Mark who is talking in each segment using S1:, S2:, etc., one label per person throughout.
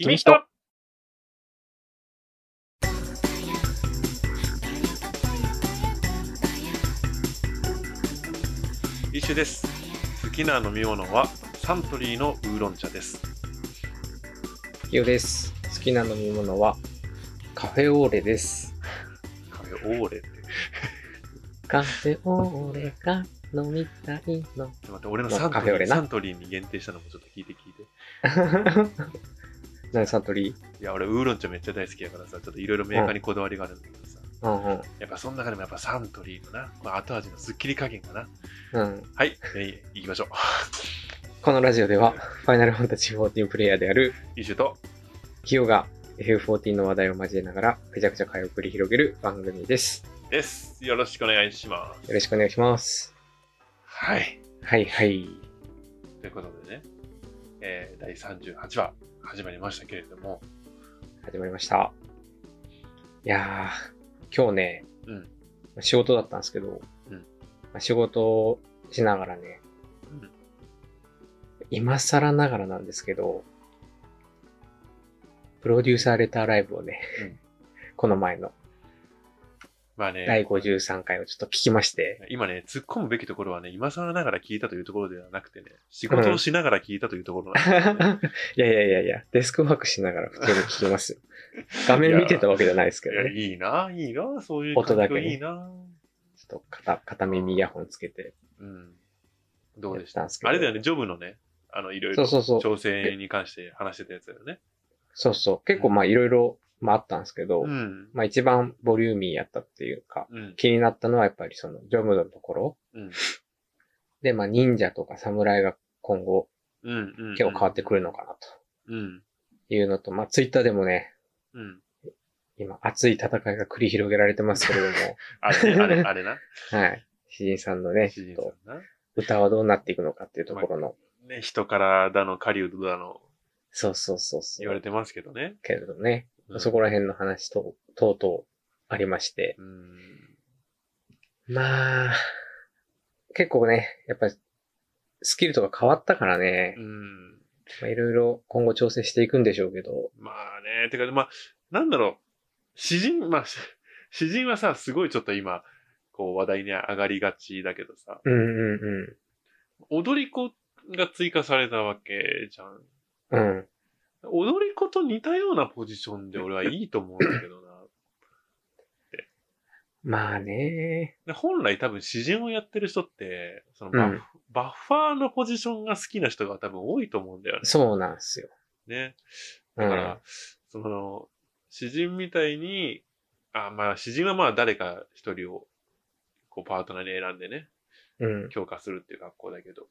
S1: 君と一緒です好きな飲み物はサントリーのウーロン茶です
S2: ゆうです。好きな飲み物はカフェオーレです。
S1: カフェオーレって
S2: カフェオーレが飲みたい
S1: ちょ
S2: の。
S1: っと待って俺のサント
S2: カフェ
S1: リ
S2: オレ
S1: ー
S2: な
S1: サントリーに限定したのもちょっと聞いて聞いて
S2: 何サントリー
S1: いや俺ウーロン茶めっちゃ大好きやからさちょっといろいろメーカーにこだわりがあるんだけどさ、
S2: うんうん。
S1: やっぱその中でもやっぱサントリーのな、まあ、後味のすっきり加減かな
S2: うん、
S1: はい、えー、いきましょう
S2: このラジオでは、ファイナルファンタジー14プレイヤーである
S1: 一緒と
S2: ヒヨが F14 の話題を交えながら、めちゃくちゃ会を繰り広げる番組です。
S1: ですよろしくお願いします
S2: よろしくお願いします。
S1: はい
S2: はいはい。
S1: ということでね、えー、第38話始まりましたけれども
S2: 始まりました。いやー、今日ね、
S1: うん
S2: 仕事だったんですけど、
S1: うん
S2: まあ仕事をしながらね、
S1: うん
S2: 今更ながらなんですけど、プロデューサーレターライブをね、
S1: うん
S2: この前の
S1: まあね、
S2: 第53回をちょっと聞きまして、
S1: 今ね、突っ込むべきところはね、今更ながら聞いたというところではなくてね、仕事をしながら聞いたというところなん
S2: い
S1: で
S2: や
S1: すよね、
S2: いやいやいや、デスクワークしながら普通に聞きます よ。画面見てたわけじゃないですけどね。
S1: いや、いいな、いいな、そういう環境
S2: 音だけね
S1: いいな。
S2: ちょっと片片耳イヤホンつけて
S1: うん。ど
S2: や
S1: う
S2: っ
S1: でした
S2: たんですけど。
S1: あれだよね、ジョブのね、あの、いろい
S2: そ
S1: ろ
S2: うそうそう。
S1: 調整に関して話してたやつだよね。
S2: そうそう。結構まあいろいろ、まああったんですけど、
S1: うん。
S2: まあ一番ボリューミーやったっていうか、
S1: うん。
S2: 気になったのはやっぱりそのジョブのところ。
S1: うん。
S2: で、まあ忍者とか侍が今後
S1: うん。うん。
S2: 結構変わってくるのかな
S1: うん。
S2: というのと、まあツイッターでもね、
S1: うん。
S2: 今熱い戦いが繰り広げられてますけれど
S1: あれね、あれ、あれ な。
S2: も、はい。詩人さんのね、
S1: 詩人
S2: ちょっ
S1: さんな。
S2: と歌はどうなっていくのかっていうところの、
S1: ね、人からだの、狩人だの、
S2: そうそうそうそう。
S1: 言われてますけどね。
S2: けれどね、
S1: うん
S2: そこら辺の話と、とうとうありまして、
S1: うん。
S2: まあ、結構ね、やっぱりスキルとか変わったからね
S1: う、ん。
S2: まあいろいろ今後調整していくんでしょうけど、
S1: まあね、てか、まあ、なんだろう、詩人、まあ、 し詩人はさ、すごいちょっと今、こう話題に上がりがちだけどさ、
S2: うんうん
S1: 踊り子が追加されたわけじゃん。
S2: うん。うん。
S1: 踊り子と似たようなポジションで俺はいいと思うんだけどな。
S2: まあね、
S1: で本来多分詩人をやってる人って、その
S2: う
S1: バ,、
S2: ん。
S1: バッファーのポジションが好きな人が多分多いと思うんだよね。
S2: そうなんですよ。
S1: ね。
S2: う
S1: だ
S2: ん。
S1: から、その、詩人みたいに、あ、まあ詩人はまあ誰か一人を、こうパートナーに選んでね、
S2: うん。
S1: 強化するっていう学校だけど。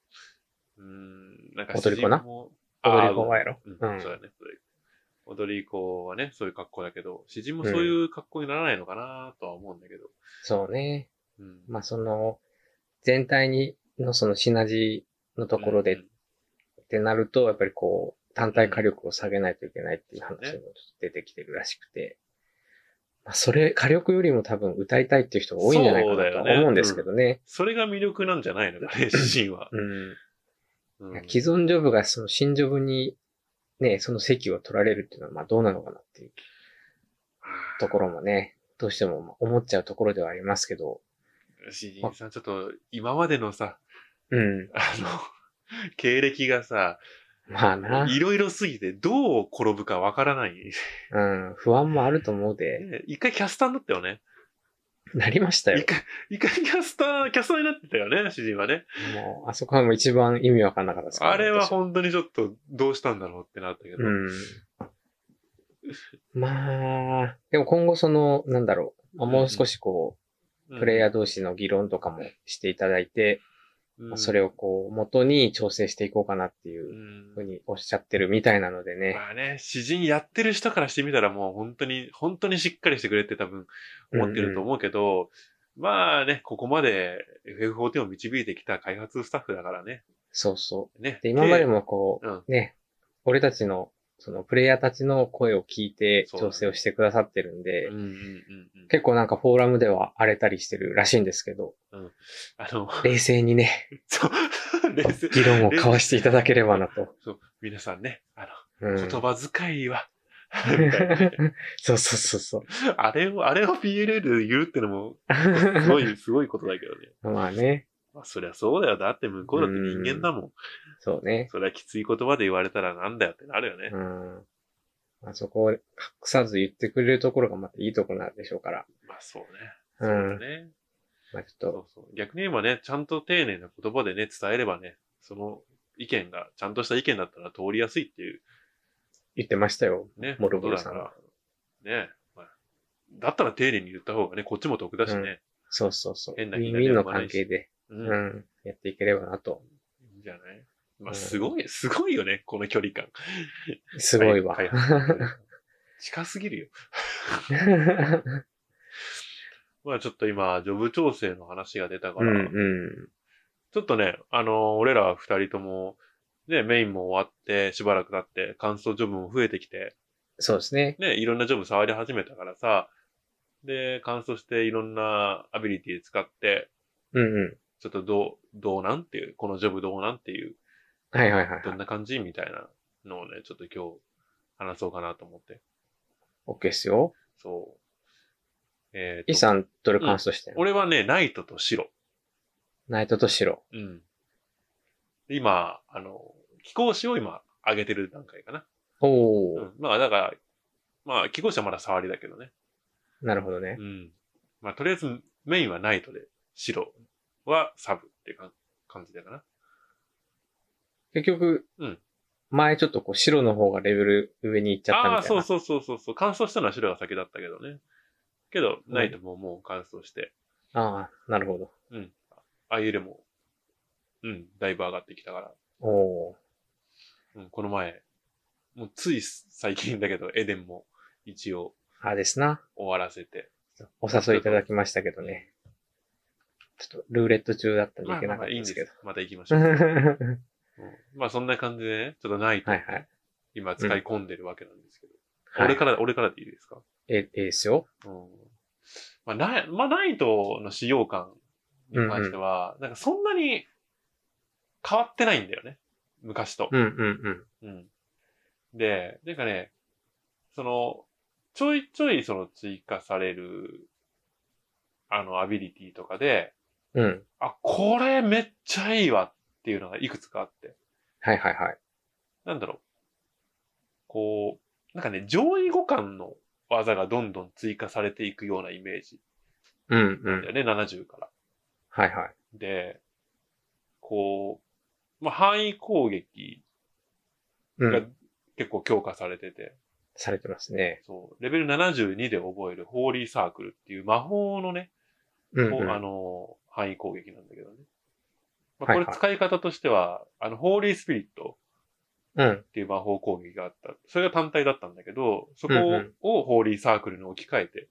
S1: うーん、なんか
S2: 踊り子な
S1: 詩人も
S2: 踊り子はやろ。
S1: うん、
S2: うん
S1: そうだね。踊り子はね、そういう格好だけど、詩人もそういう格好にならないのかなとは思うんだけど。
S2: そうね。
S1: うん。
S2: まあその、全体にのそのシナジーのところで
S1: う
S2: っ
S1: ん
S2: てなると、やっぱりこう、単体火力を下げないといけないっていう話もちょっと出てきてるらしくて、まあそれ、火力よりも多分歌いたいっていう人が多いんじゃないかなとは思うんですけどね。
S1: それが魅力なんじゃないのかね、詩人は。
S2: うん。
S1: うん
S2: 既存ジョブがその新ジョブに、ね、その席を取られるっていうのはまあどうなのかなっていうところもね、どうしてもまあ思っちゃうところではありますけど、
S1: 詩人さん、ちょっと今までのさ、
S2: うん、
S1: あの、経歴がさ、
S2: まあな、
S1: いろいろすぎてどう転ぶかわからない。
S2: うん、不安もあると思うで、
S1: ね一回キャスターになったよね。
S2: なりましたよ
S1: 一。回、一回キャスター、キャスターになってたよね、詩人はね。
S2: もう、あそこはもう一番意味わかんなかったですから
S1: あれは
S2: 私
S1: 本当にちょっとどうしたんだろうってなったけど。
S2: うん。まあ、でも今後その、なんだろう、まあ、もう少しこう、プレイヤー同士の議論とかもしていただいて、
S1: うん、、
S2: まあそれをこう、元に調整していこうかなっていううんふうにおっしゃってるみたいなのでね。
S1: まあね、詩人やってる人からしてみたらもう本当に、本当にしっかりしてくれって多分思ってると思うけど、まあね、ここまで F14 を導いてきた開発スタッフだからね。
S2: そうそ
S1: ね
S2: う。。で、今までもこ
S1: うん
S2: う、ね、俺たちの、そのプレイヤーたちの声を聞いて
S1: そうだね
S2: 調整をしてくださってるん
S1: う
S2: で
S1: ん、うんうんうん。
S2: 結構なんかフォーラムでは荒れたりしてるらしいんですけど、
S1: あの、
S2: 冷静にね、
S1: そう、冷静
S2: 議論を交わしていただければなと。
S1: そう、皆さんね、あの、
S2: うん
S1: 言葉遣い は、 みたいなね
S2: そうそうそうそう。
S1: あれを、あれを PLL で言うってのも、すご い、すごいことだけどね。
S2: まあね。
S1: まあ、そりゃそうだよ。だって向こうだって人間だもん。
S2: そうね。
S1: そりゃきつい言葉で言われたらなんだよってなるよね。
S2: うん。まあそこを隠さず言ってくれるところがまたいいところなんでしょうから。
S1: まあそうね。そ
S2: う
S1: うだ
S2: ん。
S1: ね。
S2: まあち
S1: そ
S2: ょっと、
S1: うそう。逆に言えばね、ちゃんと丁寧な言葉でね、伝えればね、その意見が、ちゃんとした意見だったら通りやすいっていう
S2: 言ってましたよ。
S1: ね。
S2: モルボルさん
S1: こ
S2: は
S1: とだからね、まあ。だったら丁寧に言った方がね、こっちも得だしね。
S2: そうそうそう。ウ
S1: 変な
S2: ィンウィンの関係で、
S1: う。
S2: うんん。やっていければなと。
S1: いいんじゃないま
S2: う
S1: あ、
S2: ん
S1: すごい、 すごいよね、この距離感。
S2: すごいわ。
S1: 開発開発 近すぎるよ。まあちょっと今、ジョブ調整の話が出たか
S2: うん
S1: ら、
S2: う
S1: ちょっとね、あの俺ら二人とも、ね、メインも終わって、しばらく経って、乾燥ジョブも増えてきて、
S2: ん。そうですね。
S1: ね、いろんなジョブ触り始めたからさ、で、乾燥していろんなアビリティ使って、
S2: うんう
S1: ちょっとどう、どうなんっていう、このジョブどうなんっていう、
S2: ん。はいはいはい
S1: どん
S2: はい。
S1: な感じみたいなのをね、ちょっと今日話そうかなと思って。
S2: OK ですよ。
S1: そう。えーと
S2: イさん、どれ感想してる、
S1: 俺はね、ナイトと白。
S2: ナイトと白。
S1: うん。今、あの、気候子を今、上げてる段階かな。う
S2: おー、
S1: ん。まあ、だから、まあ、気候子はまだ触りだけどね。
S2: なるほどね
S1: う。ん。まあ、とりあえず、メインはナイトで、白はサブっていうか感じだかな。
S2: 結局、
S1: うん
S2: 前ちょっとこう白の方がレベル上に行っちゃったみた
S1: あ
S2: いな。
S1: あー、そうそうそうそうそう。乾燥したのは白が先だったけどね。けど、ナイトももう乾燥して、
S2: ああ、なるほど。
S1: うん。あゆれも、うん、だいぶ上がってきたから。
S2: おー。
S1: うん、この前、もうつい最近だけど、エデンも一応
S2: ああですな。
S1: 終わらせて。
S2: お誘いいただきましたけどね。ちょっとルーレット中だったんで
S1: ま
S2: い
S1: あ
S2: け
S1: ま
S2: な
S1: あまあ
S2: かった
S1: いい
S2: ん
S1: ん
S2: で
S1: ですす
S2: けど。
S1: また行きましょう。
S2: は
S1: うんまあそんな感じでね、ちょっとない
S2: い
S1: と
S2: はい。
S1: 今使い込んでるわけなんですけど。
S2: はい
S1: 俺から、俺からでいいですか
S2: え、ええですよ。
S1: うん。まあない、まあないとの使用感に関しては、なんかそんなに変わってないんだよね。昔と。
S2: うんうん
S1: うん。で、なんかね、その、ちょいちょいその追加される、あの、アビリティとかで、
S2: うん。うん。
S1: あ、これめっちゃいいわっていうのがいくつかあって。
S2: はいはいはい。
S1: なんだろう。こう、なんかね、上位互換の技がどんどん追加されていくようなイメージ
S2: うんう
S1: だ
S2: ん。
S1: よね、70から。
S2: はいはい。
S1: で、こう、まあ、範囲攻撃
S2: う
S1: が
S2: ん。
S1: 結構強化されてて、
S2: されてますね。
S1: そう、レベル72で覚えるホーリーサークルっていう魔法のね、
S2: うん、
S1: こ
S2: う。
S1: うんあの、範囲攻撃なんだけどね。まあ、
S2: はい
S1: こ
S2: はい
S1: れ使い方としては、あの、ホーリースピリット
S2: うん。
S1: っていう魔法攻撃があった。それが単体だったんだけど、そこ
S2: うんうん
S1: をホーリーサークルに置き換えて、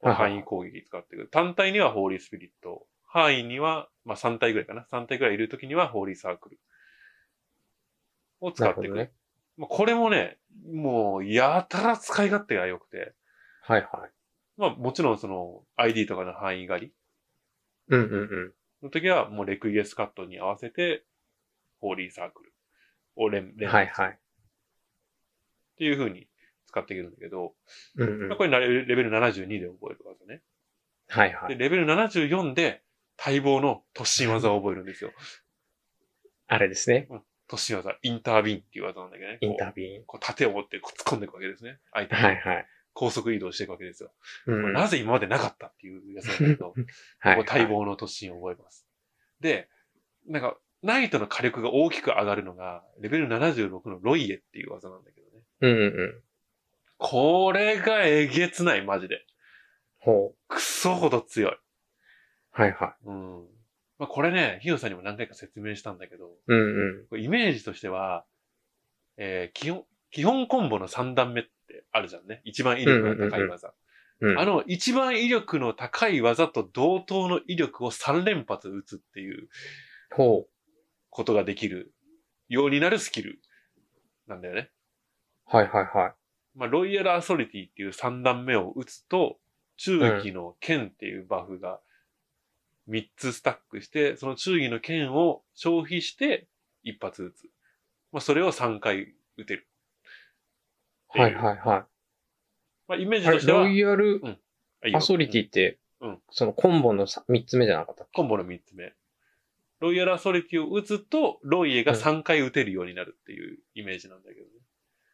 S2: はいはいはい
S1: 範囲攻撃使ってくる。単体にはホーリースピリット、範囲には、まあ3体ぐらいかな。3体ぐらいいるときにはホーリーサークルを使
S2: なる
S1: ってく
S2: ほ
S1: る。
S2: どね。
S1: まあこれもね、もうやたら使い勝手が良くて、
S2: はいはい。
S1: まあもちろんその ID とかの範囲狩り
S2: うんうんうん。
S1: の時はもうレクイエスカットに合わせて、ホーリーサークルを連、連
S2: はい
S1: 打するっ
S2: はい。
S1: ていう風に使っていけるんだけど、
S2: うんうん
S1: まあ。これなレベル72で覚える技ね。
S2: はいは
S1: で、
S2: い。
S1: レベル74で待望の突進技を覚えるんですよ。
S2: あれですね。
S1: 突進技、インタービンっていう技なんだけどね。こ
S2: イ
S1: う
S2: ンタビュー。
S1: こう盾を持ってこう突っ込んでいくわけですね。相手に
S2: はいはい。
S1: 高速移動していくわけですよ。
S2: うんうん。
S1: なぜ今までなかったっていうやつなんだけど、
S2: はい
S1: こう待望の突進を覚えます。で、なんか、ナイトの火力が大きく上がるのが、レベル76のロイエっていう技なんだけどね。
S2: うんうんうん。
S1: これがえげつない、マジで。
S2: ほ
S1: くそほど強い。
S2: う。はいはい。
S1: うん。まあ、これね、ヒノさんにも何回か説明したんだけど、
S2: うんうん。
S1: これイメージとしては、えー基本、基本コンボの3段目ってあるじゃんね。一番威力が高い技。
S2: うん。
S1: あの、一番威力の高い技と同等の威力を3連発打つっていう
S2: ほ
S1: ことができるようになるスキルなんだよね。
S2: う。はいはいはい。
S1: まあ、ロイヤルアソリティっていう3段目を打つと、中期の剣っていうバフが3つスタックして、その中期の剣を消費して一発打つ。まあ、それを3回打てるていう。
S2: はいはいは
S1: まあ、イメー
S2: い。
S1: ジ
S2: あ
S1: と
S2: れ、
S1: しては、
S2: ロイヤル
S1: あいいよ
S2: アソリティって
S1: うん、
S2: そのコンボのさ三つ目じゃなかったっけ
S1: コンボの3つ目。ロイヤルアソリティを打つと、ロイエが3回打てるようになるっていうイメージなんだけどね。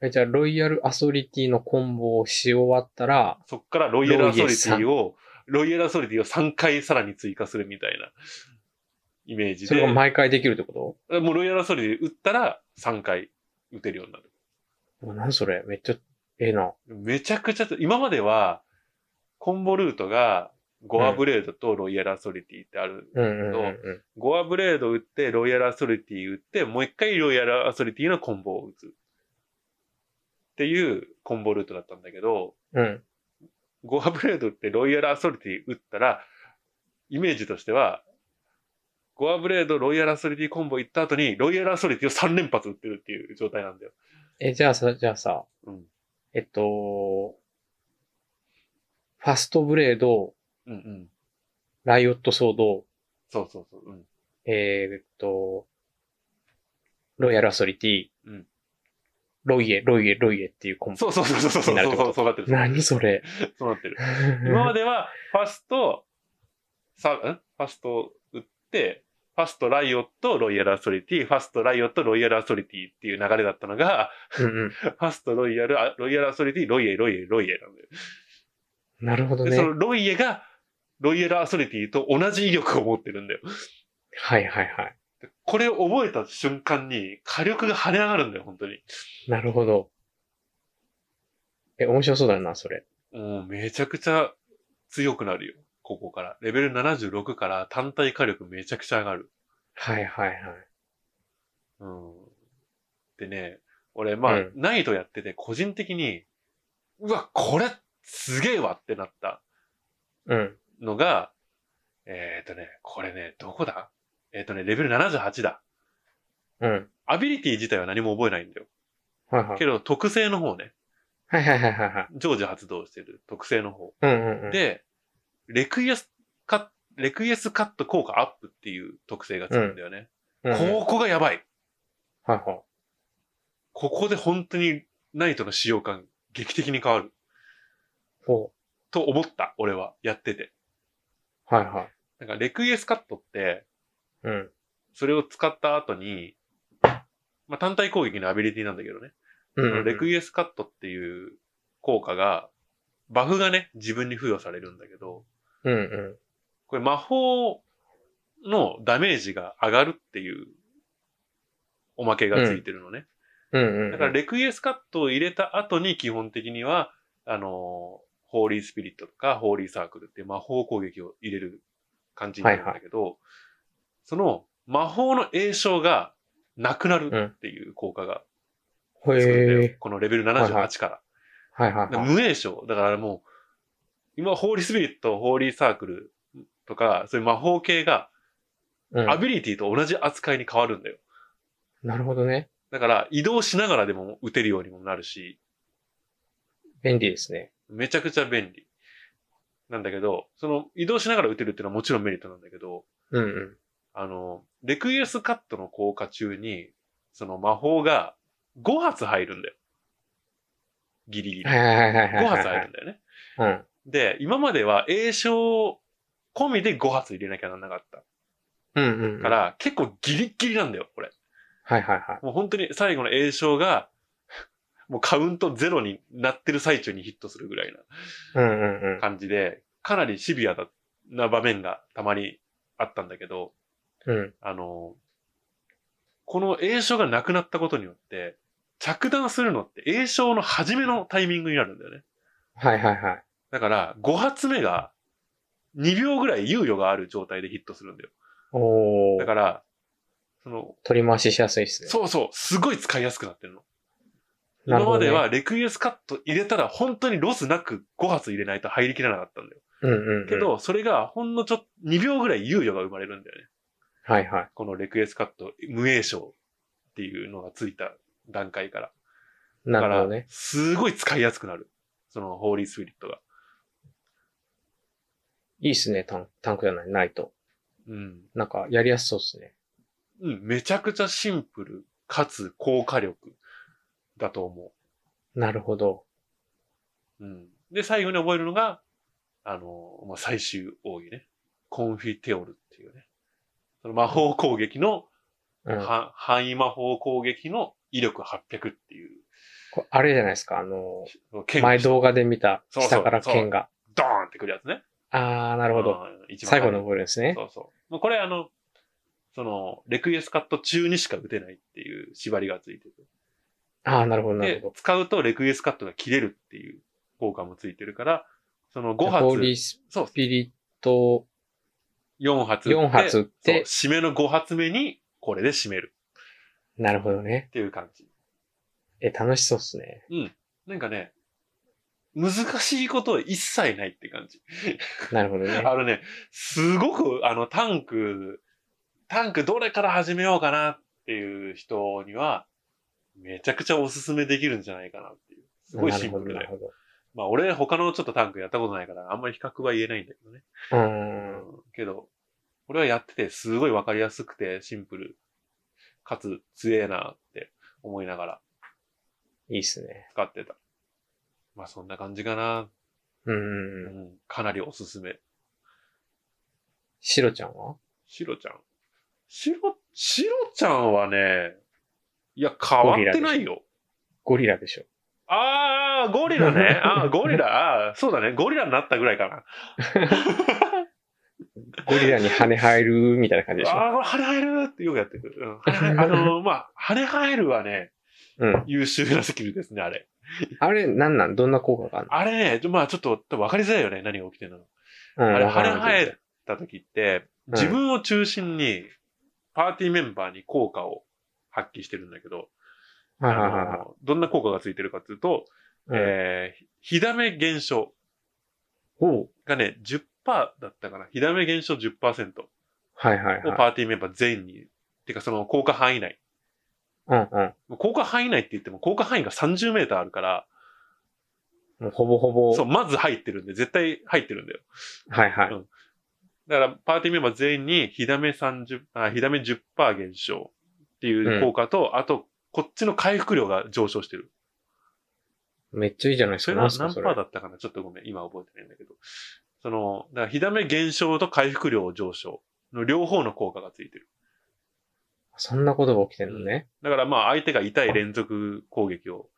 S2: えじゃあ、ロイヤルアソリティのコンボをし終わったら、
S1: そっからロイヤルアソリティを、ロイヤルアソリティを3回さらに追加するみたいなイメージ
S2: そ
S1: で
S2: れが、毎回できるってこ
S1: もうロイヤルアソリティ打ったら3回打てるようになる。
S2: と何それめっちゃ、ええな。
S1: めちゃくちゃ、今までは、コンボルートが、ゴアブレードとロイヤルアソリティってある。
S2: うんうんうんうん。
S1: ゴアブレード打って、ロイヤルアソリティ打って、もう一回ロイヤルアソリティのコンボを打つ。っていうコンボルートだったんだけど、
S2: うん。
S1: ゴアブレードってロイヤルアソリティ打ったら、イメージとしては、ゴアブレード、ロイヤルアソリティコンボ行った後に、ロイヤルアソリティを3連発打ってるっていう状態なんだよ。
S2: え、じゃあさ、じゃあさ、
S1: うん。
S2: えっと、ファストブレード、
S1: うんうん。
S2: ライオットソード、
S1: そうそうそう。うん。
S2: えーっと、ロイヤルアソリティ、
S1: うん
S2: ロイエ、ロイエ、ロイエっていうコンボ。
S1: そうそうそうそうそうそ
S2: になるって
S1: う
S2: こ
S1: そ
S2: と
S1: うそうなってる。
S2: 何それ
S1: そうなってる。今までは、ファスト、さ、んファスト打って、ファストライオット、ロイヤルアソリティ、ファストライオット、ロイヤルアソリティっていう流れだったのが、
S2: うんうん
S1: ファストロイヤル、あロイヤルアソリティ、ロイエ、ロイエ、ロイエなんだよ。
S2: なるほど
S1: で
S2: ね
S1: そ。のロイエが、ロイヤルアソリティと同じ威力を持ってるんだよ。
S2: はいはいはい。
S1: これを覚えた瞬間に火力が跳ね上がるんだよ、本当に。
S2: なるほど。え、面白そうだな、それ。
S1: もうめちゃくちゃ強くなるよ、ここから。レベル76から単体火力めちゃくちゃ上がる。
S2: はいはいはい。
S1: うん。でね、俺、まあ、
S2: うん
S1: ナイトやってて個人的に、うわ、これすげえわってなった
S2: うん。
S1: のが、えっ、ー、とね、これね、どこだえっ、ー、とね、レベル78だ。
S2: うん。
S1: アビリティ自体は何も覚えないんだよ。
S2: はいはい
S1: け。ど、特性の方ね。
S2: はいはいはいはいはい。
S1: 常時発動してる特性の方。
S2: うんうんうん。
S1: で、レクイエスカット、レクイエスカット効果アップっていう特性がつくんだよね。
S2: うんうん、
S1: ここがやばい。
S2: はいはい。
S1: ここで本当にナイトの使用感劇的に変わる
S2: ほ
S1: と思った、俺は。やってて。
S2: う。はいはい。
S1: なんかレクイエスカットって、
S2: うん。
S1: それを使った後に、まあ、単体攻撃のアビリティなんだけどね。
S2: うんうん、
S1: レクイエスカットっていう効果が、バフがね、自分に付与されるんだけど、
S2: うんうん。
S1: これ魔法のダメージが上がるっていうおまけがついてるのね。
S2: うんうん。
S1: だから、レクイエスカットを入れた後に基本的には、あのー、ホーリースピリットとかホーリーサークルっていう魔法攻撃を入れる感じになるんだけど、その魔法の栄称がなくなるっていう効果が
S2: ほ
S1: つくんだよ。
S2: え
S1: このレベル
S2: はいはい
S1: 78から。
S2: ー。はいはい
S1: だから
S2: はい。
S1: 無栄称。だからもう、今、ホーリースピリット、ホーリーサークルとか、そういう魔法系が、
S2: うん
S1: アビリティと同じ扱いに変わるんだよ。
S2: なるほどね。
S1: だから、移動しながらでも打てるようにもなるし、
S2: 便利ですね。
S1: めちゃくちゃ便利。なんだけど、その、移動しながら打てるっていうのはもちろんメリットなんだけど、
S2: うんうん。
S1: あの、レクイエスカットの効果中に、その魔法が5発入るんだよ。ギリギリ。
S2: はいはいはいはいはいはい。
S1: 5発入るんだよね。
S2: うん。
S1: で、今までは栄称込みで5発入れなきゃなんなかった。
S2: うんうんうん。
S1: か。ら、結構ギリッギリなんだよ、これ。
S2: はいはいはい。
S1: もう本当に最後の栄称が、もうカウントゼロになってる最中にヒットするぐらい
S2: うんうんう。
S1: なん感じで、かなりシビアだな場面がたまにあったんだけど、
S2: うん。
S1: あの、この栄称がなくなったことによって、着弾するのって栄称の初めのタイミングになるんだよね。
S2: はいはいはい。
S1: だから、5発目が2秒ぐらい猶予がある状態でヒットするんだよ。
S2: お
S1: だ
S2: ー。
S1: から、その、
S2: 取り回ししやすいですね。
S1: そうそう、すごい使いやすくなってるの。
S2: なる
S1: 今
S2: ほ
S1: ま
S2: どね
S1: ではレクイエスカット入れたら本当にロスなく5発入れないと入りきらなかったんだよ。
S2: うんうんうん。
S1: け。ど、それがほんのちょっと2秒ぐらい猶予が生まれるんだよね。
S2: はいはい。
S1: このレクイエスカット無栄賞っていうのがついた段階から。だ
S2: な
S1: か
S2: るほ
S1: ら
S2: どね、。
S1: すごい使いやすくなる。そのホーリースピリットが。
S2: いいっすね、タンタンクじゃない、ナイト。
S1: うん。
S2: なんか、やりやすそうっすね。
S1: うん、めちゃくちゃシンプルかつ高火力だと思
S2: なるほど。
S1: うん。で、最後に覚えるのが、あの、まあ、最終奥義ね。コンフィテオルっていうね。その魔法攻撃の、
S2: うん。
S1: は範囲魔法攻撃の威力800っていう。
S2: こあれじゃないですか、あの、
S1: 剣
S2: 前動画で見た、
S1: そうそう
S2: 下から剣が。
S1: ドーンってくるやつね。
S2: あー、なるほど。
S1: うん。一番
S2: 最後の覚えるんですね。
S1: そうそう。まあ、これあの、その、レクイエスカット中にしか打てないっていう縛りがついてて。
S2: あー、なるほど、なる
S1: で
S2: ほど、。
S1: 使うとレクイエスカットが切れるっていう効果もついてるから、その5
S2: ホーリー
S1: 発、
S2: ス
S1: そう、
S2: ピリット
S1: 4発
S2: 4発撃っ
S1: そう
S2: て、
S1: 締めの5発目にこれで締める
S2: なるほどね
S1: っ。ていう感じ。
S2: え、楽しそうっすね。
S1: なんかね、難しいことは一切ないって感じ。
S2: なるほどね。
S1: あのね、すごく、あの、タンク、タンクどれから始めようかなっていう人には、めちゃくちゃおすすめできるんじゃないかなっていう。すごいシンプル
S2: な
S1: で
S2: る。ほど、
S1: まあ、俺、他のちょっとタンクやったことないから、あんまり比較は言えないんだけどね。
S2: なるほど。う
S1: う
S2: ーん。
S1: ん。けど、俺はやってて、すごいわかりやすくて、シンプル、かつ、強えなって思いながら
S2: いいっすね。
S1: 使ってた。まあ、そんな感じかな。う
S2: うーん。
S1: ん。かなりおすすめ。
S2: シロちゃんは
S1: シロちゃん。シロ、シロちゃんはね、いや、変わってないよ。
S2: ゴリラでしょ。
S1: あー、ゴリラ ね。あー、ゴリラ。あーそうだね。ゴリラになったぐらいかな。
S2: ゴリラに羽生えるみたいな感じでしょ。
S1: あー、羽生えるってよくやってくる。 うん、羽生えあのー、まあ、羽生えるはね、
S2: うん。
S1: 優秀なスキルですね、あれ。
S2: あれ、なんなんどんな効果があるの
S1: あれね、ちょまあ、ちょっと多分分かりづらいよね、何が起きてるの。
S2: うん
S1: あれ、
S2: わからん
S1: 羽生
S2: け
S1: えた時って、
S2: ん
S1: 自分を中心に、パーティーメンバーに効果を発揮してるんだけど、
S2: どはいはいはい
S1: あ
S2: はい
S1: のどんな効果がついてるかというと、
S2: うん。
S1: えー、火だめ減少
S2: おう
S1: がね、10%だったかな。火だめ減少10%を
S2: はいはい
S1: パ
S2: はい。
S1: ーティーメンバー全員に、てかその効果範囲内。
S2: うんうん。
S1: 効果範囲内って言っても効果範囲が30メーターあるから、
S2: もうほぼほぼ。
S1: そう、まず入ってるんで、絶対入ってるんだよ。
S2: はいはい。
S1: うんだから、パーティーメンバー全員に火だめ30、あ、火だめ10%減少っていう効果と、あと、こっちの回復量が上昇してる。
S2: めっちゃいいじゃないです
S1: それ
S2: か。
S1: な
S2: なんすか
S1: 何
S2: そ
S1: パ
S2: れ
S1: ーだったかなちょっとごめん、今覚えてないんだけど。その、だから、火だめ減少と回復量上昇の両方の効果がついてる。
S2: そんなことが起きてんのね。
S1: だからまあ相手が痛い連続攻撃を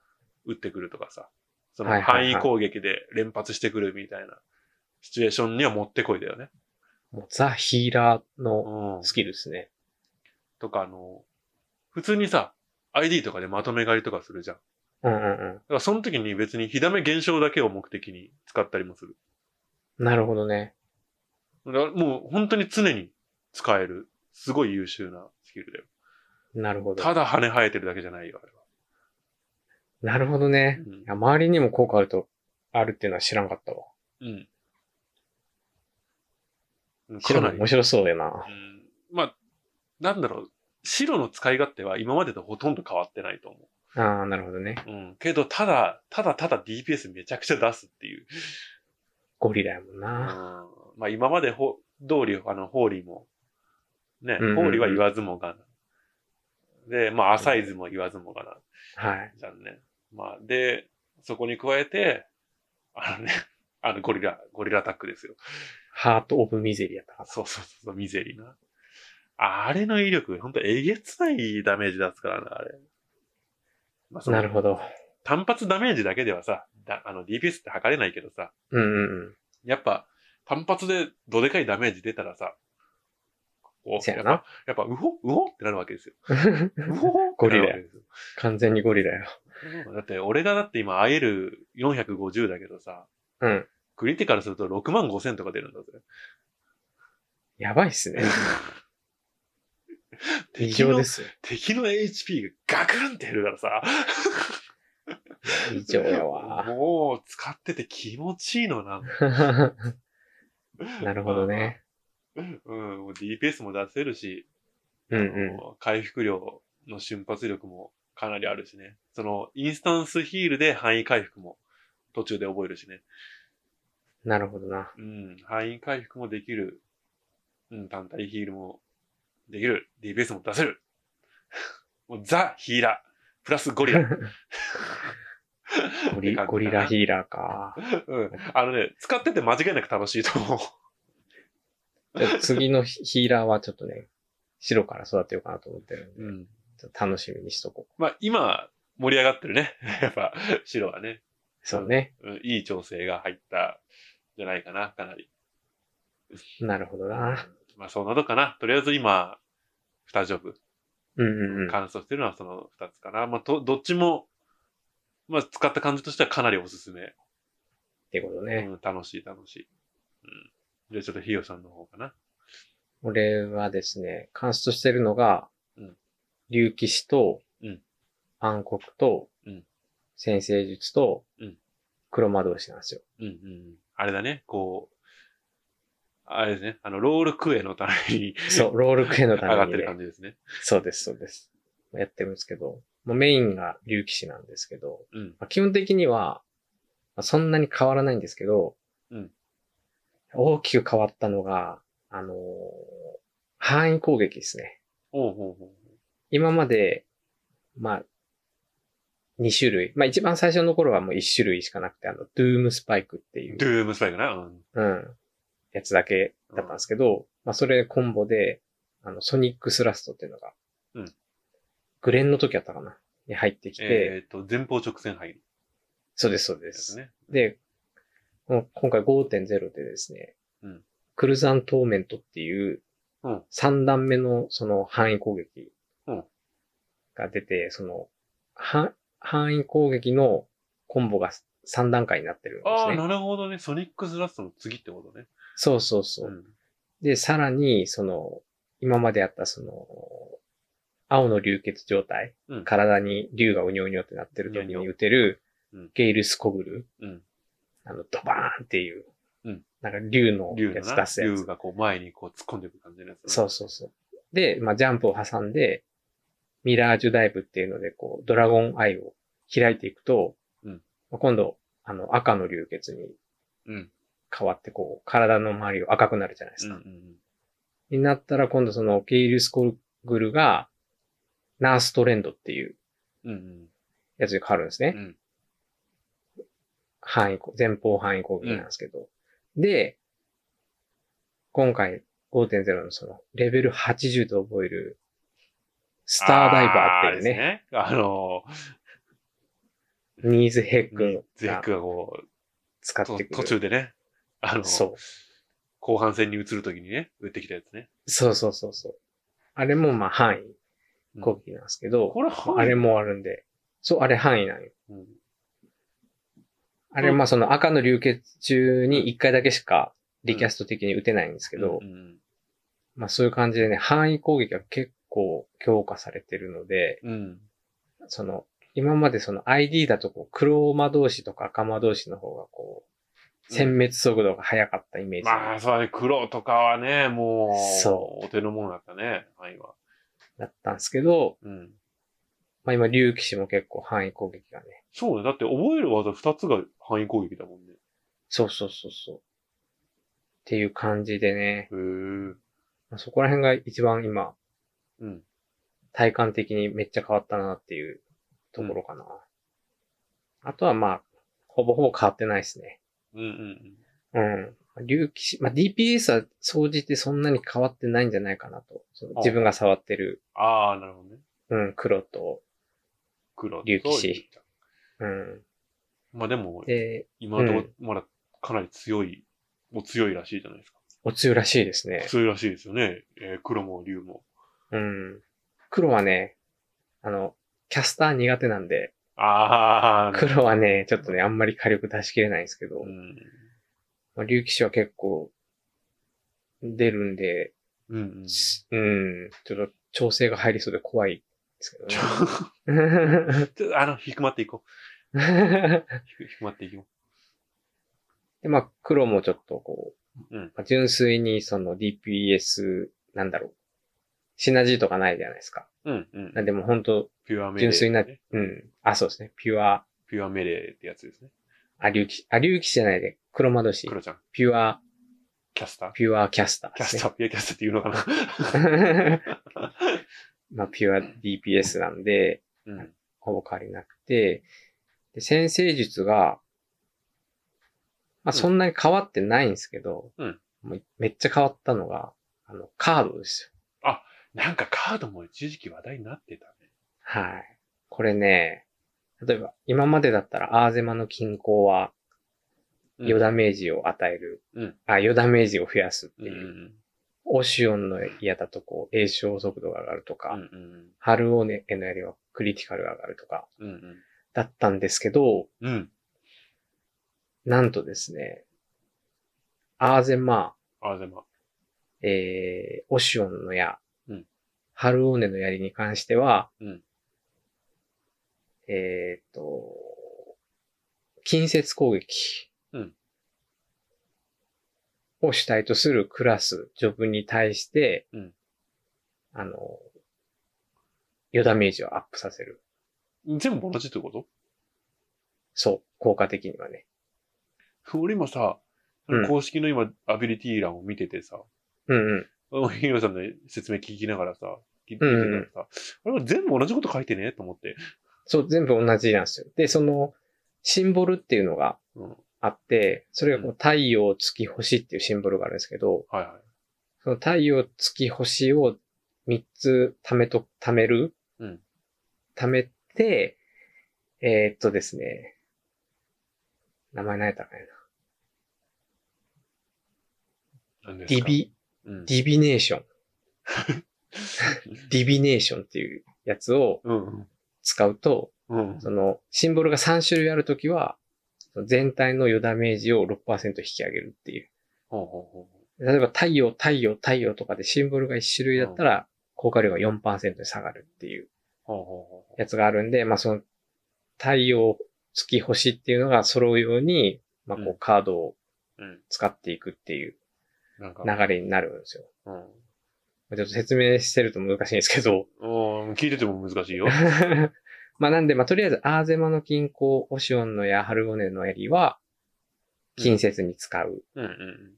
S1: 打ってくるとかさ、そ
S2: は
S1: の
S2: いはい
S1: 範
S2: はい
S1: 囲攻撃で連発してくるみたいなシチュエーションにはもってこいだよね。
S2: もうザ・ヒーラーの
S1: うん。
S2: スキルですね。
S1: とかあの、普通にさ、ID とかでまとめ狩りとかするじゃん。だ
S2: うんうん
S1: からその時に別に火ダメ減少だけを目的に使ったりもする。
S2: うん。なるほどね。
S1: だからもう本当に常に使える、すごい優秀なスキルだよ。
S2: なるほど。
S1: ただ羽生えてるだけじゃないよ、あれは。
S2: なるほどね。
S1: うん
S2: いや周りにも効果あると、あるっていうのは知らんかったわ。
S1: うん。
S2: 白も面白そうだよな。
S1: うんまあ、なんだろう。白の使い勝手は今までとほとんど変わってないと思
S2: ああ、なるほどね。
S1: う。うん。けど、ただ、ただただ DPS めちゃくちゃ出すっていう。
S2: ゴリラやもん
S1: うん。
S2: な。
S1: まあ、今までほ、通り、あの、ホーリーも、ね、
S2: うんうんうん
S1: ホーリーは言わずもがな。で、まあ、アサイズも言わずもがな。
S2: はい。
S1: じゃんね。まあ、で、そこに加えて、あのね、あの、ゴリラ、ゴリラタックですよ。
S2: ハート・オブ・ミゼリやったかな。
S1: そうそうそう、ミゼリな。あれの威力、ほんとえげつないダメージ出すからな、あれ。まあ、その
S2: なるほど。
S1: 単発ダメージだけではさ、だあの DPS って測れないけどさ、
S2: うんうんうん。
S1: やっぱ単発でどでかいダメージ出たらさ、こう
S2: せや
S1: やっ
S2: な
S1: ぱ、やっぱ、うほ、うほってなるわけですよ。うほ
S2: ゴリラ
S1: ってなるわけですよ
S2: 完全にゴリラよ。
S1: だって、俺がだって今 IL450 だけどさ、
S2: うん。
S1: クリティカルすると6万5千とか出るんだぜ。
S2: やばいっすね。異常ですよ。
S1: 敵の HP がガクンって減るからさ、
S2: 異常 やわ。
S1: もう使ってて気持ちいいのなんか。
S2: なるほどね。
S1: うん、もう DPS も出せるし、
S2: うんう
S1: もう回復量の瞬発力もかなりあるしね。その、インスタンスヒールで範囲回復も途中で覚えるしね。
S2: ん。なるほどな。
S1: うん、範囲回復もできる。うん、単体ヒールもできる。DPS も出せる。もうザ・ヒーラー。プラスゴリラ。
S2: ゴリ、ゴリラヒーラーか。
S1: うん。あのね、使ってて間違いなく楽しいと思う。
S2: ちょっと次のヒヒーラーはちょっとね、白から育てようかなと思ってるんで、
S1: うん。
S2: ちょっと楽しみにしとこう。
S1: まあ、今、盛り上がってるね。 やっぱ、白はね、
S2: そうね。
S1: うん。いい調整が入った、じゃないかな、かなり。
S2: なるほどな。
S1: まあ、そんなとこかな。とりあえず今、二ジョブ。
S2: うんうんうん。
S1: 乾燥してるのはその二つかな。まあ、と、どっちも、まあ、使った感じとしてはかなりおすすめ。
S2: ってこと
S1: う
S2: ね。
S1: ん、楽しい、楽しい。うん。じゃあちょっとひよさんの方かな。
S2: 俺はですね、カンストしてるのが
S1: うん、
S2: 竜騎士と
S1: うん、
S2: 暗黒と
S1: うん、
S2: 先生術と
S1: うん、
S2: 黒魔同士なんですよ。
S1: うん、うん。あれだね、こう、あれですね、あの、ロールクエのために
S2: そう、ロールクエの
S1: 上
S2: た
S1: が
S2: め
S1: って
S2: にね、
S1: る感じですね。
S2: そうです、そうです。やってるんですけど、まあメインが竜騎士なんですけど、
S1: うん。
S2: まあ基本的には、まあそんなに変わらないんですけど、
S1: うん
S2: 大きく変わったのが、あのー範囲攻撃ですね。
S1: おうほうほ。
S2: 今まで、まあ、2種類。まあ一番最初の頃はもう1種類しかなくて、あの、ドゥームスパイクっていうう
S1: ド、ゥームスパイクな。うん。
S2: うん、やつだけだったんですけど、まあそれコンボで、あの、ソニックスラストっていうのが、
S1: うん
S2: グレンの時やったかなに入ってきて、
S1: えっ、と、前方直線入る
S2: そうです、そうで
S1: や
S2: す。
S1: つね。
S2: で、もう今回5.0でですね、
S1: うん
S2: クルザントーメントっていう
S1: うん、
S2: 3段目のその範囲攻撃
S1: うん
S2: が出て、その、は範囲攻撃のコンボが3段階になってるんで
S1: ああ、
S2: すね。
S1: なるほどね。ソニックスラストの次ってことね。
S2: そうそうそう。
S1: ん。
S2: で、さらに、その、今まであったその、青の流血状態、
S1: うん
S2: 体に竜がうにょうにょってなってる時に打てる
S1: うん、
S2: ゲイルスコグル、
S1: うん。
S2: あの、ドバーンっていう、
S1: うん
S2: なんか竜の
S1: 竜
S2: や
S1: の
S2: つ
S1: な
S2: 出、すや
S1: 竜
S2: つ。
S1: がこう前にこう突っ込んでいく感じのやつ、ね。
S2: そうそうそう。で、まあ、ジャンプを挟んで、ミラージュダイブっていうので、こう、ドラゴンアイを開いていくと、
S1: うん
S2: まあ今度、あの、赤の流血に
S1: うん。
S2: 変わって、こう、体の周りが赤くなるじゃないで
S1: う
S2: す
S1: ん。う
S2: か。
S1: ん。
S2: になったら、今度その、ゲイルスコグルが、ナーストレンドっていう
S1: うん。うん。
S2: やつに変わるんですね。
S1: うん。
S2: 範囲、前方範囲攻撃なんですけど。で、今回5.0のその、レベル80と覚える、スターダイバーっていうね、
S1: あーあれですね。あの
S2: ニーズヘッ
S1: ー
S2: グ、
S1: ゼックがこう、
S2: 使って
S1: と
S2: くる。
S1: 途中でね、あの、
S2: そう。
S1: 後半戦に移るときにね、打ってきたやつね。
S2: そうそうそうそう。あれもまあ範
S1: う
S2: 囲
S1: ん
S2: 攻撃なんですけど、
S1: これは、
S2: あれもあるんで、そう、あれ範囲なんよ。
S1: うん、
S2: あれまあその赤の流血中に1回だけしか、リキャスト的に打てないんですけど、
S1: うんうん
S2: まあそういう感じでね、範囲攻撃が結構強化されてるので、
S1: うん。
S2: その、今までその ID だとこう、黒魔同士とか赤魔同士の方が
S1: うん
S2: こう、殲滅速度が速かったイメージ。
S1: まあ、そうだね、黒とかはね、もう、
S2: そ
S1: お手の物だったね、範囲は。
S2: だったんですけど、
S1: うん。
S2: まあ今、竜騎士も結構範囲攻撃がね。
S1: そうね、だって覚える技二つが範囲攻撃だもんね。
S2: そうそうそうそう。っていう感じでね、
S1: へえ。
S2: まあそこら辺が一番今、
S1: うん。
S2: 体感的にめっちゃ変わったなっていうところかな。あとはまあ、ほぼほぼ変わってないですね。
S1: うんうん
S2: うん。竜騎士、まあ DPS は総じてそんなに変わってないんじゃないかなと。その自分が触ってる
S1: ああ、なるほどね。
S2: うん、黒と、
S1: 黒と
S2: 竜騎士。うん。
S1: まあでも、
S2: で、
S1: 今のとこ、まだかなり強い、お強いらしいじゃないですか。
S2: お強いらしいですね。
S1: 強いらしいですよね。えー黒も竜も。
S2: うん。黒はね、あの、キャスター苦手なんで、
S1: ああ、
S2: 黒はね、ちょっとね、あんまり火力出し切れないんですけど
S1: う、ん。
S2: まあ竜騎士は結構、出るんで、
S1: うんうん。
S2: しうん、ちょっと調整が入りそうで怖いですけど
S1: ちょ、
S2: ね。
S1: ちょあの、ひくまっていこう。ひくひくまっていきま
S2: で、まあ、黒もちょっとこう、
S1: うん
S2: まあ純粋にその DPS、なんだろう、シナジーとかないじゃないですか。
S1: う。うんうん。
S2: なんでもう本当
S1: ピュアメレー、
S2: 純粋な、うん。あ、そうですね。ピュア、
S1: ピュアメレーってやつですね。
S2: アリュウキ、アリュウキじゃないで、黒魔シ
S1: 黒ちゃん。
S2: ピュア、
S1: キャスター
S2: ピュアキャスター
S1: キ
S2: で
S1: ャス
S2: すね、
S1: ター、ピュアキャスターって言うのかな
S2: まあ、ピュア DPS なんで、
S1: うん。
S2: ほぼ変わりなくて、で先生術が、まあ、そんなに変わってないんですけど、
S1: うん
S2: もうめっちゃ変わったのが、あの、カードですよ。
S1: なんかカードも一時期話題になってたね。
S2: はい。これね、例えば、今までだったら、アーゼマの均衡は、
S1: うん
S2: 余ダメージを与える。
S1: うん
S2: あ、余ダメージを増やすって
S1: うんう
S2: いう。
S1: ん
S2: オシオンの矢だと、こう、栄翔速度が上がるとか、
S1: うん。うんうん
S2: ハルオーネへの槍はクリティカルが上がるとか、
S1: うん
S2: だったんですけど、
S1: うん。うん。
S2: なんとですね、アーゼマ、
S1: あ、でも、
S2: えー、オシオンの矢、
S1: うん
S2: ハルオーネの槍に関しては、
S1: うん
S2: えーっと、近接攻撃
S1: うん
S2: を主体とするクラス、ジョブに対して、
S1: うん
S2: あの、余ダメージをアップさせる。
S1: 全部同じってこと
S2: そう、効果的にはね。
S1: 俺今さ、
S2: うん
S1: 公式の今、アビリティ欄を見ててさ、
S2: うんうん。
S1: ヒロさんの説明聞きながらさ、聞いて
S2: う
S1: た
S2: ん
S1: らさ、あれも全部同じこと書いてねと思って。
S2: そう、全部同じなんですよ。で、その、シンボルっていうのが
S1: うん。はい
S2: あって、それがこ
S1: う
S2: う太陽、月、星っていうシンボルがあるんですけど、
S1: はい。
S2: その太陽、月、星を3つ貯めと、貯める
S1: うん
S2: 貯めて、えーっとですね、名前何やったかいな。
S1: 何です
S2: デ
S1: か
S2: ィ、ビ、
S1: うん。
S2: ディビネーシ ョン。ディビネーションっていうやつを
S1: うん。
S2: 使うと、
S1: うん。
S2: その、シンボルが3種類あるときは、その全体の余ダメージを6%引き上げるっていう。
S1: ほうほうほ
S2: 例えば、太陽、太陽、太陽とかでシンボルが1種類だったら、効果量が4%に下がるっていう。
S1: う。ほうほうほう。
S2: やつがあるんで、まあその太陽、月、星っていうのが揃うように、まあこ
S1: う
S2: うカードを
S1: うん。
S2: 使っていくっていう
S1: なんか、
S2: 流れになるんですよ。
S1: うん。
S2: まあちょっと説明してると難しいんですけど。
S1: うん聞いてても難しいよ。
S2: まあなんで、まあとりあえずアーゼマの均衡、オシオンの矢、ハルゴネの槍は近接に使う。
S1: うんうん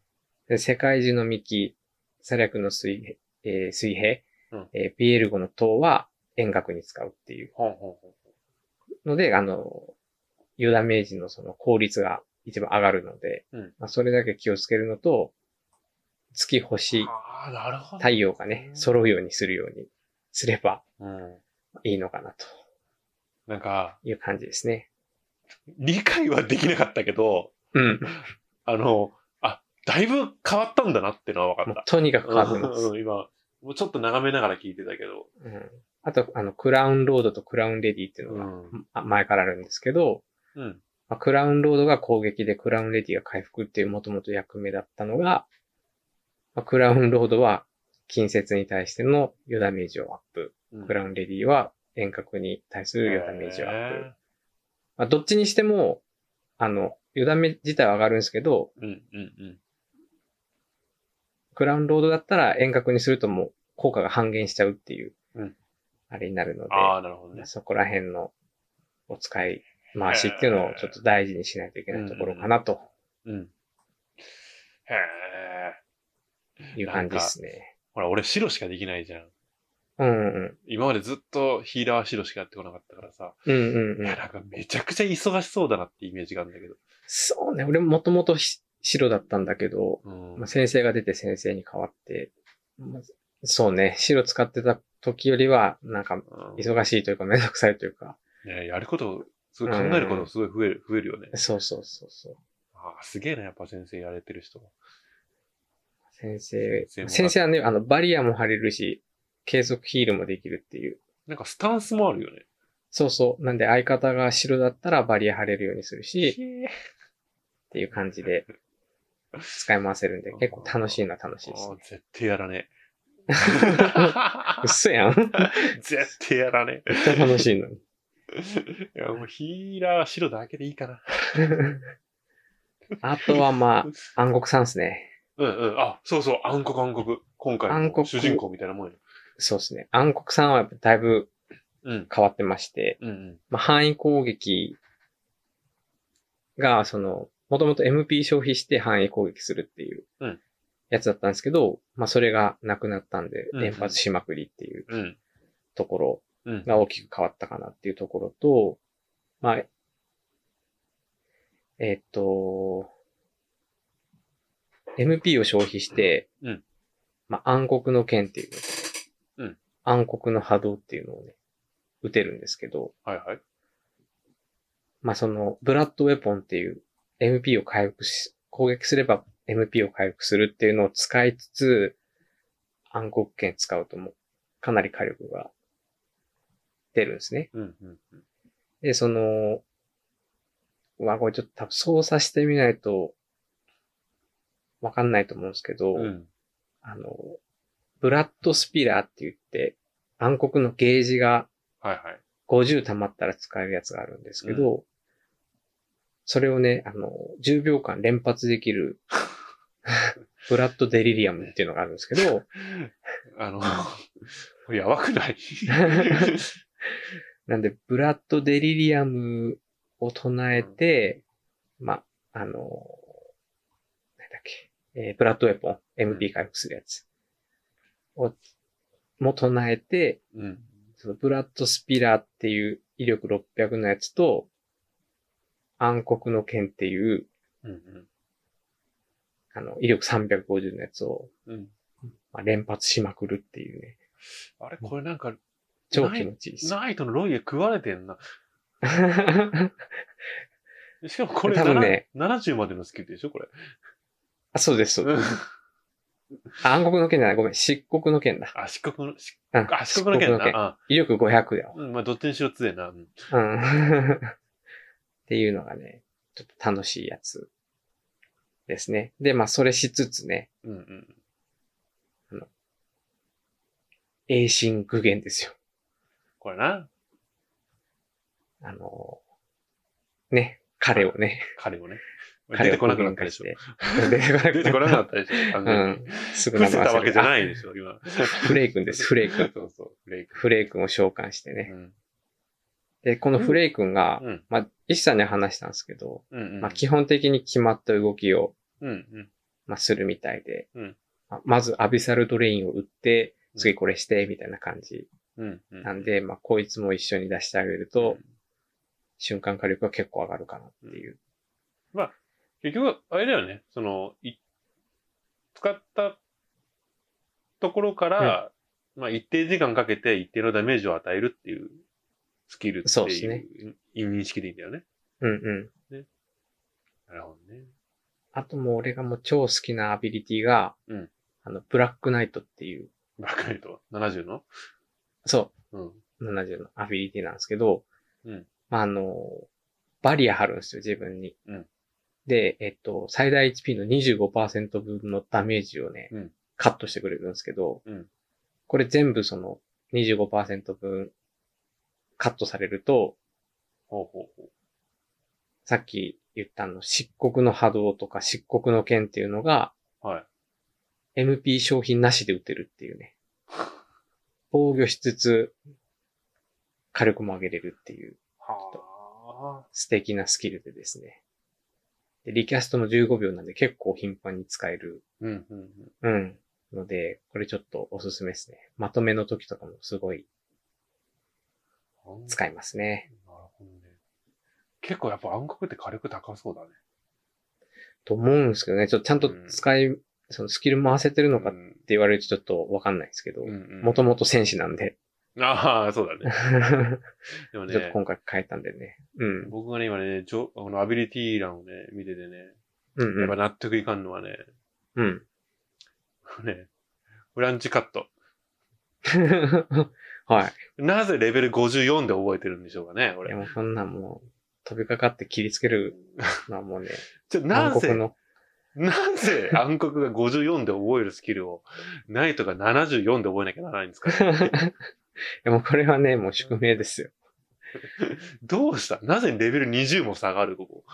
S2: で世界中の幹、サリャクの水平、えー水平、
S1: うん
S2: えーピエールゴの塔は遠隔に使うっていう。
S1: ほうほうほ
S2: ので、あの、余ダメージのその効率が一番上がるので、
S1: うん
S2: まあ、それだけ気をつけるのと、月、
S1: う
S2: 星、
S1: ああ、なるほど。
S2: 太陽がね、揃うようにするようにすれば
S1: うん。
S2: いいのかなと
S1: なんか、
S2: いう感じですね。
S1: 理解はできなかったけど、
S2: うん。
S1: あの、あ、だいぶ変わったんだなってのは分か
S2: もう
S1: った。
S2: とにかく変わってま
S1: う
S2: す。
S1: ん、今、もうちょっと眺めながら聞いてたけど。
S2: うん、あと、あの、クラウンロードとクラウンレディっていうのが、
S1: ん。
S2: あ前からあるんですけど、
S1: うん。
S2: まあ、クラウンロードが攻撃でクラウンレディが回復っていうもともと役目だったのが、まあ、クラウンロードは近接に対しての余ダメージをアップ。
S1: うん
S2: クラウンレディは遠隔に対する余ダメージをアップ。
S1: へ
S2: まあ、どっちにしても、あの、余ダメ自体は上がるんですけど、
S1: ーうんうんうん。
S2: クラウンロードだったら遠隔にするともう効果が半減しちゃうっていう
S1: うん、
S2: あれになるので、
S1: ああ、なるほどね。
S2: そこら辺のお使い回しっていうのをちょっと大事にしないといけないところかなと
S1: うん。へえ。
S2: いう感じですね。
S1: ほら、俺白しかできないじゃん。
S2: うんうん。
S1: 今までずっとヒーラーは白しかやってこなかったからさ。
S2: うんうん
S1: い
S2: うん
S1: や、。なんかめちゃくちゃ忙しそうだなってイメージがあるんだけど。
S2: そうね。俺ももともとひ白だったんだけど、
S1: うん
S2: まあ、。先生が出て先生に変わって、まあそうね。白使ってた時よりは、なんか、
S1: うん
S2: 忙しいというか、めんどくさいというか。
S1: ねやること、すごい考えることすごい増える、増えるよね。
S2: そうそうそうそう。
S1: ああ、すげえな、やっぱ先生やれてる人も。
S2: 先生
S1: 先生、も
S2: 先生はね、あの、バリアも張れるし、継続ヒールもできるっていう。
S1: なんかスタンスもあるよね。
S2: そうそう。なんで、相方が白だったらバリア張れるようにするし、
S1: へえ
S2: っていう感じで、使い回せるんで、結構楽しいのは楽しいです
S1: ああ
S2: ね。
S1: 絶対やらね
S2: うっせ やん。めっ
S1: え。絶対やらねえ。
S2: ちゃ楽しいのに。
S1: いや、もうヒーラー白だけでいいかな。
S2: あとはまあ、暗黒さんですね。
S1: うんうん。あ、そうそう、暗黒暗黒。今回
S2: 暗
S1: の
S2: 黒
S1: 主人公みたいなもんよ。
S2: そうですね。暗黒さんはやっぱだいぶ
S1: うん。
S2: 変わってまして、
S1: うんうん。
S2: まあ、範囲攻撃が、その、もともと MP 消費して範囲攻撃するっていう
S1: うん
S2: やつだったんですけど、まあそれがなくなったんで
S1: う、んうん
S2: 連発しまくりっていう
S1: うん。
S2: ところ
S1: うん。
S2: が大きく変わったかなっていうところと、まあ、えっと、MP を消費して、
S1: うん
S2: まあ、暗黒の剣っていう、
S1: うん
S2: 暗黒の波動っていうのをね、打てるんですけど、
S1: はいはい。
S2: まあ、その、ブラッドウェポンっていう MP を回復し、攻撃すれば MP を回復するっていうのを使いつつ、暗黒剣使うともうかなり火力が出るんですね。
S1: うんうんうん。
S2: で、その、うわ、これちょっと多分操作してみないと、わかんないと思うんですけど、
S1: うん。
S2: あの、ブラッドスピラーって言って、暗黒のゲージが
S1: はいはい。
S2: 50溜まったら使えるやつがあるんですけど、それをね、あの、10秒間連発で きる、ブラッドデリリアムっていうのがあるんですけど、
S1: あの、 これやばくない
S2: なんで、ブラッドデリリアムを唱えて、ま、あのー、なんだっけ、えーブラッドウェポン、MP 回復するやつを、も唱えて、
S1: うん。
S2: そのブラッドスピラーっていう威力600のやつと、暗黒の剣っていう、
S1: うんうん
S2: あの、威力350のやつを、
S1: うん。
S2: まあ、連発しまくるっていうね、
S1: あれこれなんか、
S2: 超気持ちいいですよ。
S1: ナイトのロイヤル食われてんな。 しかもこれ、
S2: 多分ね
S1: なな70までのスキルでしょこれ。
S2: あそうです、そうです。あ暗黒の剣じゃない、ごめん、漆黒の剣だ。
S1: あ、漆黒の、漆
S2: うん
S1: あ漆黒の剣
S2: 漆黒の剣
S1: な。あ
S2: 威力500だよ。
S1: うん、まあ、どっちにしろ強えな。うん
S2: うん。 っていうのがね、ちょっと楽しいやつですね。で、まあ、それしつつね、
S1: うんうん。
S2: 永心具現ですよ。
S1: これな、
S2: あのーね、彼をね、
S1: 彼もね。
S2: 彼
S1: 出
S2: を
S1: てこなくなったでしょ。
S2: 具現化して。
S1: 出てこなくなったでしょ。完
S2: う
S1: 全に
S2: ん。す
S1: 伏
S2: ぐ名
S1: せた
S2: 前忘れ
S1: わけじゃ
S2: い。
S1: ないでしょ、今。
S2: フレイ君です、フレイ君。
S1: そうそう、フレイク。
S2: フレイ君を召喚して
S1: う
S2: ね。
S1: ん。
S2: で、このフレイ君が、
S1: うん。
S2: まあ、石さんには話したんですけど、
S1: うんうん。
S2: まあ、基本的に決まった動きを、
S1: うんうん。
S2: まあ、するみたいで、
S1: うん
S2: まあまずアビサルドレインを打って、
S1: うん
S2: 次これして、みたいな感じ
S1: うんうん。
S2: なんで、まあ、こいつも一緒に出してあげると、瞬間火力が結構上がるかなっていう。
S1: 結局、あれだよね、その、い使ったところから、まあ一定時間かけて一定のダメージを与えるっていうスキルって
S2: そうですね
S1: いう認識でいいんだよね。
S2: うんうん。
S1: なるほどね。
S2: あともう俺がもう超好きなアビリティが、
S1: うん
S2: あの、ブラックナイトっていう、
S1: バカリと、70の
S2: そ
S1: うん。
S2: う、70のアビリティなんですけど、
S1: うん
S2: まあ、あの、バリア張るんですよ、自分に。
S1: うん
S2: で、えっと、最大 HP の25%分のダメージをね、
S1: うん
S2: カットしてくれるんですけど、
S1: うん
S2: これ全部その25%分カットされると、
S1: ほうほうほう。
S2: さっき言ったあの、漆黒の波動とか漆黒の剣っていうのが、
S1: はい
S2: MP 商品なしで打てるってい うね。防御しつつ、火力も上げれるっていう
S1: は
S2: 素敵なスキルでですね。でリキャストも15秒なんで結構頻繁に使える。
S1: うんうんうん。
S2: うん。ので、これちょっとおすすめですね。まとめの時とかもすごい使
S1: い。
S2: いますね。
S1: なるほどね。結構やっぱ暗黒って火力高そうだね。
S2: と思うんですけどね。ちょっとちゃんと使い、そのスキル回せてるのかっ
S1: う
S2: て
S1: ん
S2: 言われるとちょっとわかんないですけど。
S1: うんうん。
S2: もともと戦士なんで。
S1: ああ、そうだね。でも
S2: ちょっと
S1: ね、
S2: 今回変えたんでね。うん。
S1: 僕がね、今ね、ちょこのアビリティ欄をね、見ててね、
S2: うん
S1: や
S2: う
S1: っぱ
S2: ん。
S1: 納得いかんのはね、
S2: うん。
S1: ね、フランチカット。
S2: はい。
S1: なぜレベル54で覚えてるんでしょうかね、
S2: い
S1: 俺
S2: や。もうそんなんもう、飛びかかって切りつけるのはもうね、
S1: ちょ な
S2: 暗黒
S1: ぜ、
S2: の、
S1: なぜ暗黒が54で覚えるスキルを、ナイトが74で覚えなきゃならないんですか、
S2: い やもうこれはね、もう宿命ですよ。い
S1: どうしたなぜレベル20も下がる、ここ。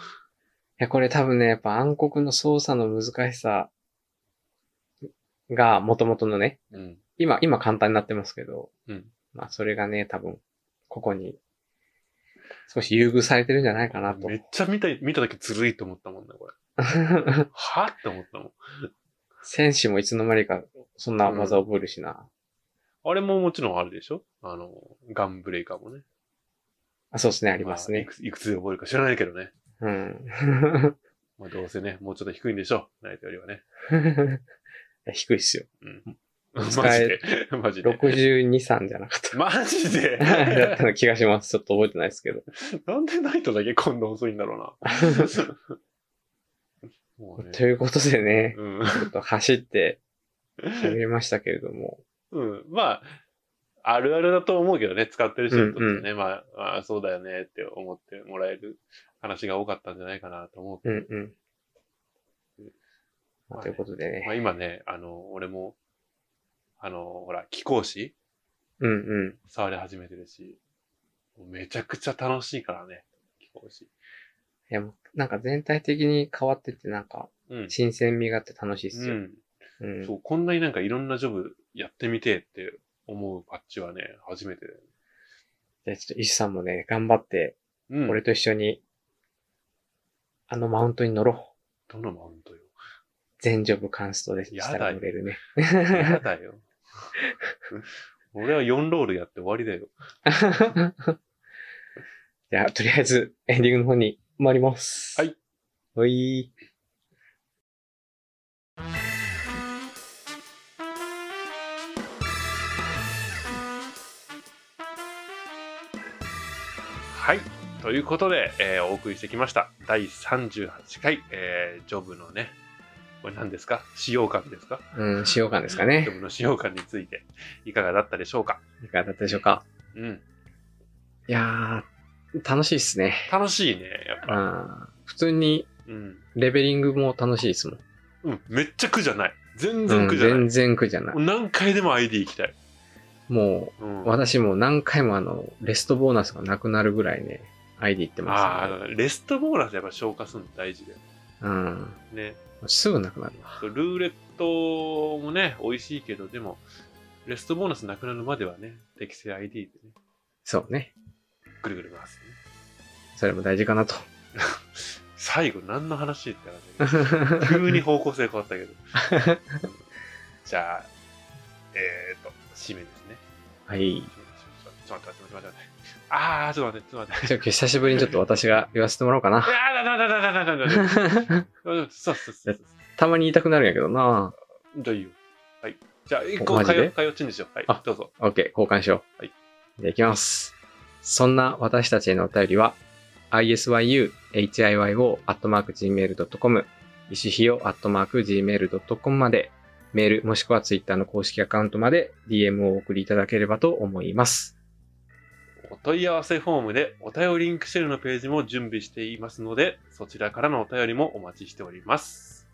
S2: や、これ多分ね、やっぱ暗黒の操作の難しさが、もともとのね、
S1: うん。
S2: 今、今簡単になってますけど、
S1: うん
S2: まあそれがね、多分、ここに、少し優遇されてるんじゃないかなと
S1: め。っちゃ見た、見ただけずるいと思ったもんね、これ。はって思ったもん。
S2: 戦士もいつの間にか、そんな技覚えるしな。
S1: あれももちろんあるでしょあの、ガンブレイカーもね。
S2: あそうですね、あ
S1: あ
S2: ります
S1: い
S2: ね。
S1: くついくつで覚えるか知らないけどね。
S2: うん。
S1: まあ、どうせね、もうちょっと低いんでしょう。内定よりはね。
S2: 低いっすよ。
S1: うん。マジ
S2: 使
S1: で
S2: え。
S1: マジで。
S2: 62、3じゃなか った。
S1: マジで
S2: だったような気がします。ちょっと覚えてないですけど。
S1: なんでナイトだけ今度遅いんだろうな。 もうね
S2: ということでね、
S1: うん
S2: ちょっと走って喋りましたけれども。
S1: うん。まあ、あるあるだと思うけどね、使ってる人にとってね、まあ、ああ、そうだよねって思ってもらえる話が多かったんじゃないかなと思うけ
S2: うんうん。
S1: ま
S2: ま
S1: あ
S2: あ、
S1: ね
S2: ということで
S1: ど。ま
S2: ね。
S1: あ今ね、あの、俺も、あの、ほら、気候士
S2: うんうん。
S1: 触り始めてるし、めちゃくちゃ楽しいからね、気候士。
S2: いや、もうなんか全体的に変わってて、なんか、
S1: うん。
S2: 新鮮味があって楽しいっすよ。う
S1: うんん。そう、こんなになんかいろんなジョブやってみてえって思うパッチはね、初めてだよね。
S2: で、ちょっと石さんもね、頑張って、
S1: うん。
S2: 俺と一緒に、あのマウントに乗ろう。
S1: どのマウントよ。
S2: 全ジョブカンストでし
S1: や
S2: た
S1: だ
S2: ら
S1: よ
S2: 乗れるね。
S1: やだよ。俺は4ロールやって終わりだよ。
S2: じゃあ、とりあえず、エンディングの方に参ります。
S1: はい。
S2: ほい。
S1: はい。ということで、えーお送りしてきました。第38回、えージョブのね、これ何ですか使用感ですか
S2: うん、使用感ですか
S1: ジョ
S2: ね。
S1: ブの使用感について、いかがだったでしょうか
S2: いかがだったでしょうか。
S1: うん。
S2: いやー、楽しいっすね。
S1: 楽しいね、やっぱ。
S2: あー普通に、
S1: うん。
S2: レベリングも楽しいですもん。
S1: うん。めっちゃ苦じゃない。全
S2: う
S1: 然
S2: ん
S1: 苦じゃない。
S2: 全然苦じゃない。
S1: 何回でも ID 行きたい。
S2: も
S1: うん。
S2: う、私もう何回もあの、レストボーナスがなくなるぐらいね、ID 行って
S1: あ
S2: ます、ね。
S1: あ、レストボーナスやっぱ消化するの大事だよ
S2: うん。
S1: ね。
S2: すぐなくなる。
S1: そうルーレットもね、美味しいけど、でも、レストボーナスなくなるまではね、適正 ID でね、
S2: そうね。
S1: ぐるぐる回す、ね。
S2: それも大事かなと。
S1: 最後、何の話って話だけど急に方向性変わったけど。 じゃあ、えーと、締めですね。
S2: はい。
S1: ちょっと待って、ちょっと待って、ちょっと待って。あー、ちょっと待って、ちょっと待って。
S2: ちょっと久しぶりにちょっと私が言わせてもらおうか
S1: あ
S2: な。
S1: ー、だだだだだだだだだ。そうそうそうそう。
S2: たまに言いたくなるんやけどな。
S1: じゃあいいよ。はい。じゃあ、一
S2: お
S1: 個、
S2: マジ
S1: 会
S2: で
S1: 話、会話チェンジしよう。はい
S2: あ、
S1: どうぞ。
S2: OK、交換しよう。
S1: はい。
S2: じゃあ行きます。そんな私たちへのお便りは、isyuhiyo.gmail.com、石ひよ .gmail.com まで、メールもしくは Twitter の公式アカウントまで DM をお送りいただければと思います。
S1: お問い合わせフォームでお便りリンクシェルのページも準備していますので、そちらからのお便りもお待ちしております。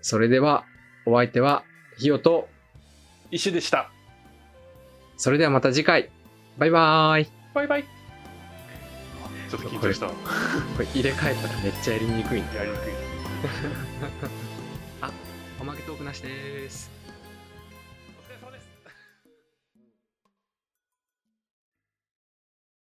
S2: それでは、お相手はひよと、
S1: 石でした。
S2: それではまた次回。バイバーイ。
S1: バイバイ。ちょっと緊張したわ。
S2: これ入れ替えたらめっちゃやりにくいんだ。
S1: やりにくい。
S2: おまけトークなしです。